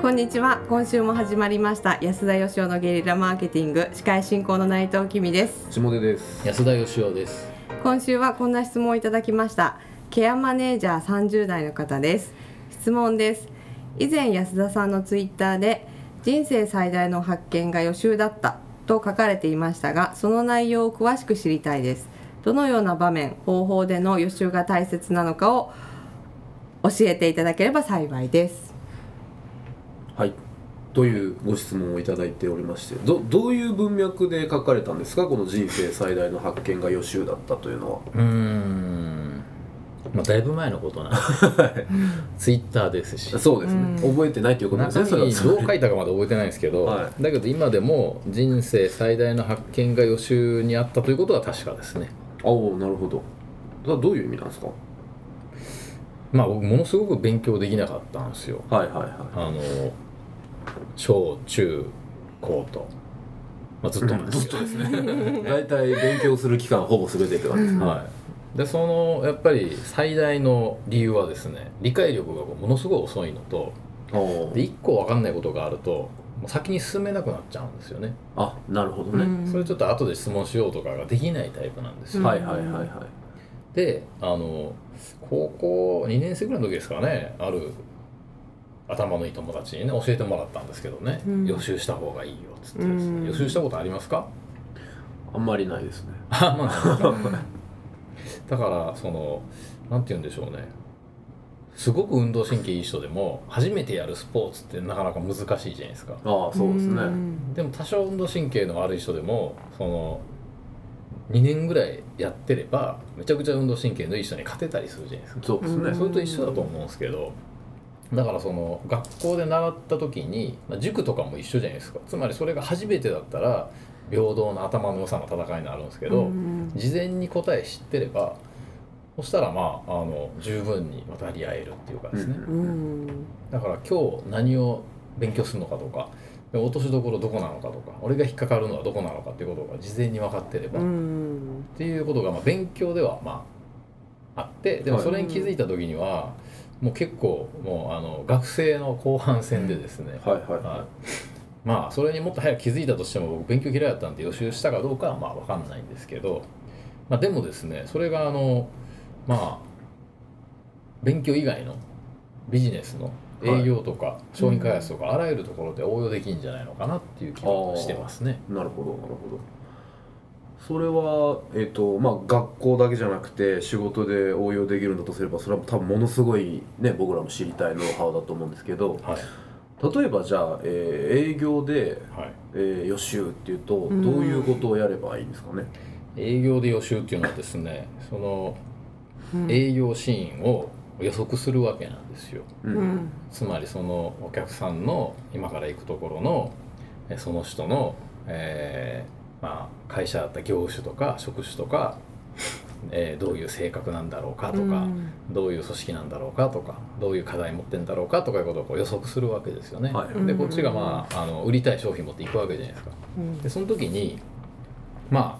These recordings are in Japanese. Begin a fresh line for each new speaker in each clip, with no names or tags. こんにちは今週も始まりました安田義雄のゲリラマーケティング司会進行の内藤君です
下根です。
安田義雄です。
今週はこんな質問をいただきましたケアマネージャー30代の方です質問です以前安田さんのツイッターで人生最大の発見が予習だったと書かれていましたがその内容を詳しく知りたいですどのような場面方法での予習が大切なのかを教えていただければ幸いです
はい。というご質問をいただいておりまして、どどういう文脈で書かれたんですか、この人生最大の発見が予習だったというのは。
うーん。まあ、だいぶ前のことなんで。ツイッターですし。
そうですね。
うん
覚えてないということです
中
ね。それは
身どう書いたかまだ覚えてないんですけど、
は
だけど今でも人生最大の発見が予習にあったということは確かですね。
おお、なるほど。それはどういう意味なんですか。
まあ僕ものすごく勉強できなかったんですよ。
はいはいは
あの小中高と、まあ、ずっとなんですけど、
い。 大体勉強する期間ほぼ全てって感じですね。
はい、でそのやっぱり最大の理由はですね理解力がこうものすごい遅いのと
おお
で。1個分かんないことがあるともう先に進めなくなっちゃうんですよね、
あ、なるほどね。
それちょっと後で質問しようとかができないタイプなんですよ、
うん
はいはいはいは
であの高校2年生ぐらいの時ですかねある頭のいい友達にね教えてもらったんですけどね、
うん
予習した方がいいよっつってですね、
うん
予習したことあります か
い。あんまりないですね。
あまあだからそのなんて言うんでしょうねすごく運動神経いい人でも初めてやるスポーツってなかなか難しいじゃないですか
ああ、そうですね。
でも多少運動神経の悪い人でもその2年ぐらいやってればめちゃくちゃ運動神経のいい人に勝てたりするじゃないですか
そうですね。
うん
それと一緒だと思うんですけどだからその学校で習った時にまあ塾とかも一緒じゃないですかつまりそれが初めてだったら平等な頭の良さの戦いになるんですけど、事前に答え知ってればそしたらまああの十分に渡り合えるっていうかですね、
うん
うん
だから今日何を勉強するのかとかで落としどころどこなのかとか俺が引っかかるのはどこなのかっていうことが事前に分かってれば、
う
っ
ん
ていうことがまあ勉強ではまああってでもそれに気づいた時にはもう結構もうあの学生の後半戦でですね、
はいはいは
はい、まあそれにもっと早く気づいたとしても僕勉強嫌いだったんで予習したかどうかはまあ分かんないんですけど、まあ、でもですねそれがあのまあ勉強以外のビジネスの営業とか商品開発とかあらゆるところで応用できんじゃないのかなっていう気はしてますね。
い。なるほどなるほど。それは、えっとまあ、学校だけじゃなくて仕事で応用できるんだとすればそれは多分ものすごい、ね、僕らも知りたいノウハウだと思うんですけど
はい
例えばじゃあ、えー営業で、
はい、
えー予習っていうとどうんいうことをやればいいんですかね、
営業で予習っていうのはですねその
うん
営業シーンを予測するわけなんですよ。
う
うんん
つまりそのお客さんの今から行くところのえその人の、えーまあ、会社だった業種とか職種とか、えーどういう性格なんだろうかとか、
うん
どういう組織なんだろうかとかどういう課題持ってんだろうかとかいうことをこう予測するわけですよね。
はい
うん
でこっちが、まあ、あの売りたい商品持っていくわけじゃないですか。
うん
でその時にまあ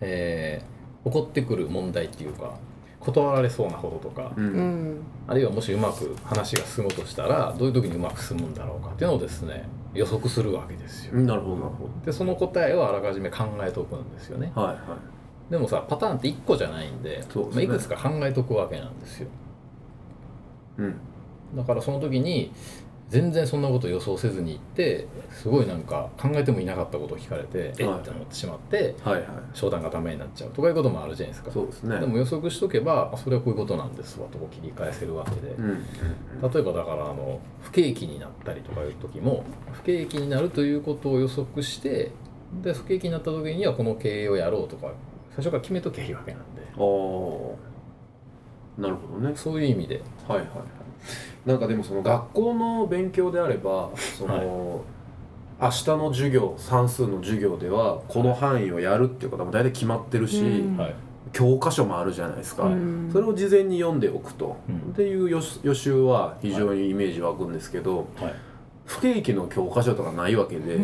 えー起こってくる問題っていうか断られそうなこととか
う、ん
うん
あるいはもしうまく話が進むとしたらどういう時にうまく進むんだろうかっていうのをですね予測するわけですよ。
なるほどなるほ
でその答えをあらかじめ考えておくんですよね。
どはいは
でもさパターンって1個じゃないんで
そうですね
まあ、いくつか考えておくわけなんですよ。
い、うん、
だからその時に全然そんなこと予想せずに行ってすごいなんか考えてもいなかったことを聞かれて、えっって思ってしまって
はいはい
商談がダメになっちゃうとかいうこともあるじゃないですか。
そうですね
でも予測しとけばあそれはこういうことなんですわとこう切り返せるわけで。
うんうん
例えばだからあの不景気になったりとかいう時も不景気になるということを予測してで不景気になった時にはこの経営をやろうとか最初から決めときゃいいわけなんで
あーなるほどね
そういう意味で
はいはいはいなんかでもその学校の勉強であればその、明日の授業算数の授業ではこの範囲をやるっていうことも大体決まってるし、
うん
はい
教科書もあるじゃないですか、
うん
それを事前に読んでおくと、
うん
っていう予習予習は非常にイメージ湧くんですけど、
はい
不景気の教科書とかないわけで、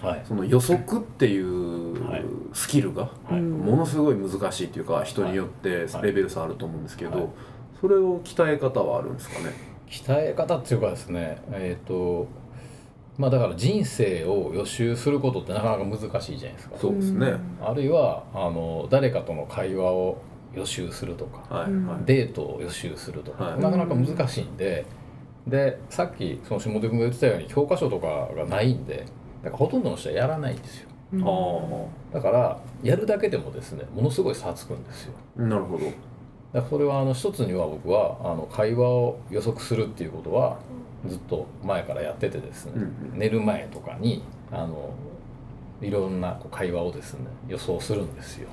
はい
その予測っていう
はい
スキルが
う
はい
ん
ものすごい難しいっていうか人によってレベル差あると思うんですけど、
はい
それを鍛え方はあるんですかね
鍛え方っていうかですねえっ、とまあだから人生を予習することってなかなか難しいじゃないですか
そうですね
あるいはあの誰かとの会話を予習するとか、
はい
うん
はい
デートを予習するとか、
はい
なかなか難しいんででさっきその下手君が言ってたように教科書とかがないんでだからほとんどの人はやらないんですよ
うん
あー
だからやるだけでもですねものすごい差つくんですよ
なるほど
だからそれはあの一つには僕はあの会話を予測するっていうことはずっと前からやっててですね、
うん
寝る前とかにあのいろんなこう会話をですね予想するんですよ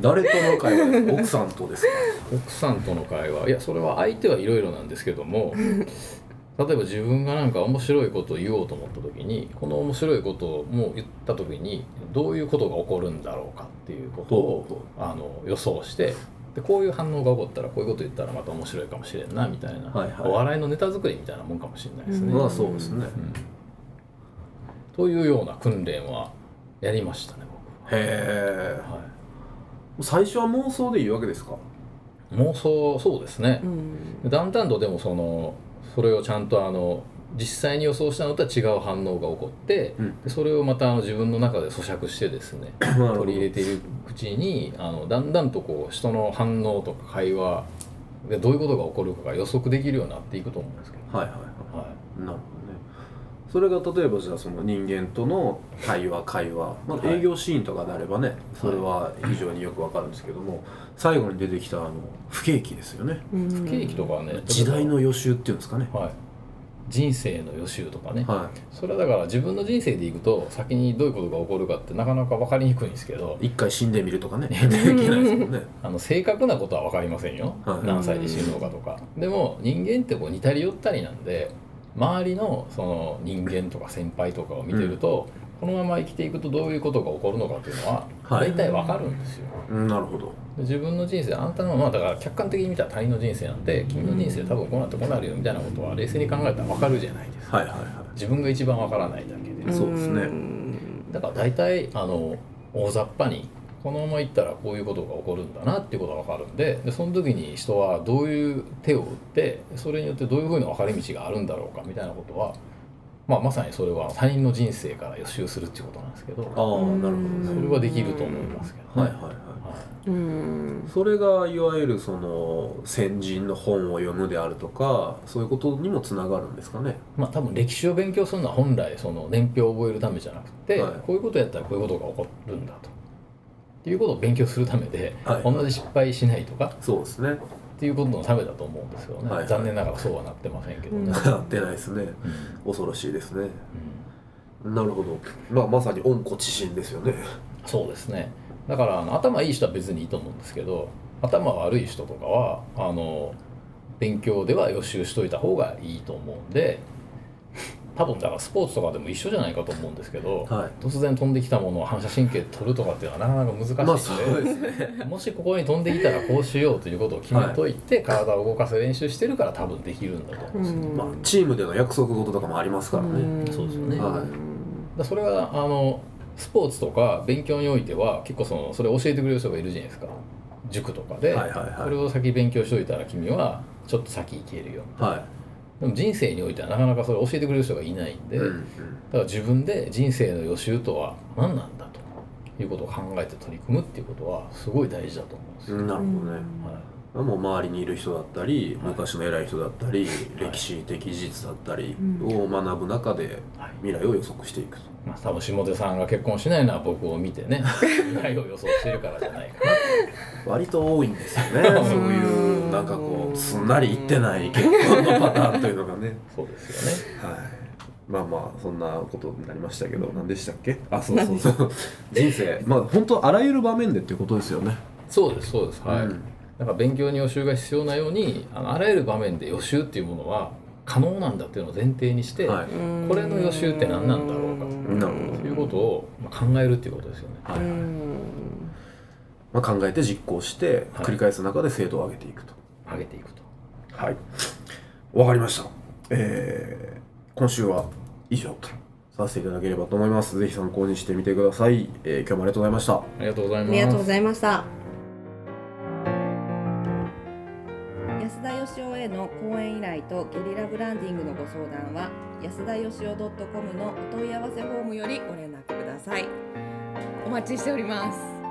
誰との会話ですか奥さんとですか
奥さんとの会話いやそれは相手はいろいろなんですけ ども例えば自分がなんか面白いことを言おうと思った時にこの面白いことをもう言った時にどういうことが起こるんだろうかっていうことをあの予想してでこういう反応が起こったらこういうこと言ったらまた面白いかもしれんなみたいな、
はいはい
お笑いのネタ作りみたいなもんかもしれないですね。
まあそうですね
うんというような訓練はやりましたね
へ
僕、は
え最初は妄想でいいわけですか
い、妄想そうですね、
うん
だんだんとでもそのそれをちゃんとあの実際に予想したのとは違う反応が起こって、
うん
でそれをまたあの自分の中で咀嚼してですね
なるほど
取り入れているうちにあのだんだんとこう人の反応とか会話でどういうことが起こるかが予測できるようになっていくと思うんですけど、
はいはいはいなるほ
は
どねそれが例えばじゃあその人間との対話会話、まあ、
はい
営業シーンとかであればね、それは非常によくわかるんですけども最後に出てきたあの不景気ですよね
い、ケーキとかはね
時代の予習っていうんですかね
はい、人生の予習とかね、
は
それはだから自分の人生でいくと先にどういうことが起こるかってなかなか分かりにくいんですけど
い一回死んでみるとかねいけないですもんね
あの正確なことは分かりませんよ、
はい
何歳で死ぬのかとかでも人間ってこう似たり寄ったりなんで周りのその人間とか先輩とかを見てると、このまま生きていくとどういうことが起こるのかっていうのは
はい
大体分かるんですよ、
うんなるほど
で自分の人生あんたのまあだから客観的に見たら他人の人生なんで君の人生多分こうなってこうなるよみたいなことは冷静に考えたら分かるじゃないですか
はいはいは
自分が一番分からないだけで、
そうですね
ん
だから大体あの大雑把にこのまま行ったらこういうことが起こるんだなっていうことが分かるんででその時に人はどういう手を打ってそれによってどういうふうな分かれ道があるんだろうかみたいなことは、まあ、まさにそれは他人の人生から予習するっていうことなんですけど
ああーなるほど
そ
ね
れはできると思いますけど
はい
ね。
はいは
はい
うん
いそれがいわゆるその先人の本を読むであるとかそういうことにもつながるんですかね
まあ、多分歴史を勉強するのは本来その年表を覚えるためじゃなくて、
はい
こういうことやったらこういうことが起こるんだとっていうことを勉強するためで、
はい
同じ失敗しないとか
そうですね
っていうことのためだと思うんですよね、
はい
残念ながらそうはなってませんけどね、
うん
うん
なってないですね恐ろしいですねなるほど、まあ、まさに温故知新ですよね
そうですねだからあの頭いい人は別にいいと思うんですけど頭悪い人とかはあの勉強では予習しといた方がいいと思うんで多分だからスポーツとかでも一緒じゃないかと思うんですけど、
は
突然飛んできたものを反射神経で取るとかっていうのはなかなか難しいん
ま
で,、
あそうですね
もしここに飛んできたらこうしようということを決めといて、体を動かす練習してるから多分できるんだと思うんですよね、
まあチームでの約束事とかもありますからね
そうですよね
はい
だそれはあのスポーツとか勉強においては結構そのそれを教えてくれる人がいるじゃないですか塾とかで、
はいはいはい
これを先勉強しといたら君はちょっと先行けるよ
は
でも人生においてはなかなかそれを教えてくれる人がいないん
い、
で、
うんう
だ
ん
から自分で人生の予習とは何なんだということを考えて取り組むっていうことはすごい大事だと思うんですよ、
なるほどね
はい
もう周りにいる人だったり
はい
昔の偉い人だったり、歴史的事実だったり
う
を学ぶ中で
はい
未来を予測していくと
まあ、多分下手さんが結婚しないのは僕を見て ね未来を予想してるからじゃないかな
割と多いんですよね そういうなんかこうすんなりいってない結婚のパターンというのがね
そうですよ ね
はい、まあまあそんなことになりましたけど何でしたっけあそうそうそう 人生まあ本当あらゆる場面でっていうことですよね
そうですそうですはい、
うん
なんか勉強に予習が必要なようにあのあらゆる場面で予習っていうものは可能なんだっていうのを前提にして、
はい
これの予習って何なんだろうか
なるほ
ということをまあ考えるっていうことですよね。
はいまあ、考えて実行して
はい
繰り返す中で精度を上げていくと
上げていくと。
はいわかりましたえー今週は以上とさせていただければと思いますぜひ参考にしてみてください、えー今日もありがとうございました
ありがとうござ
あ
います。
りがとうございました安田安田義雄への講演依頼とゲリラブランディングのご相談は安田義雄 .com のお問い合わせフォームよりご連絡くださいお待ちしております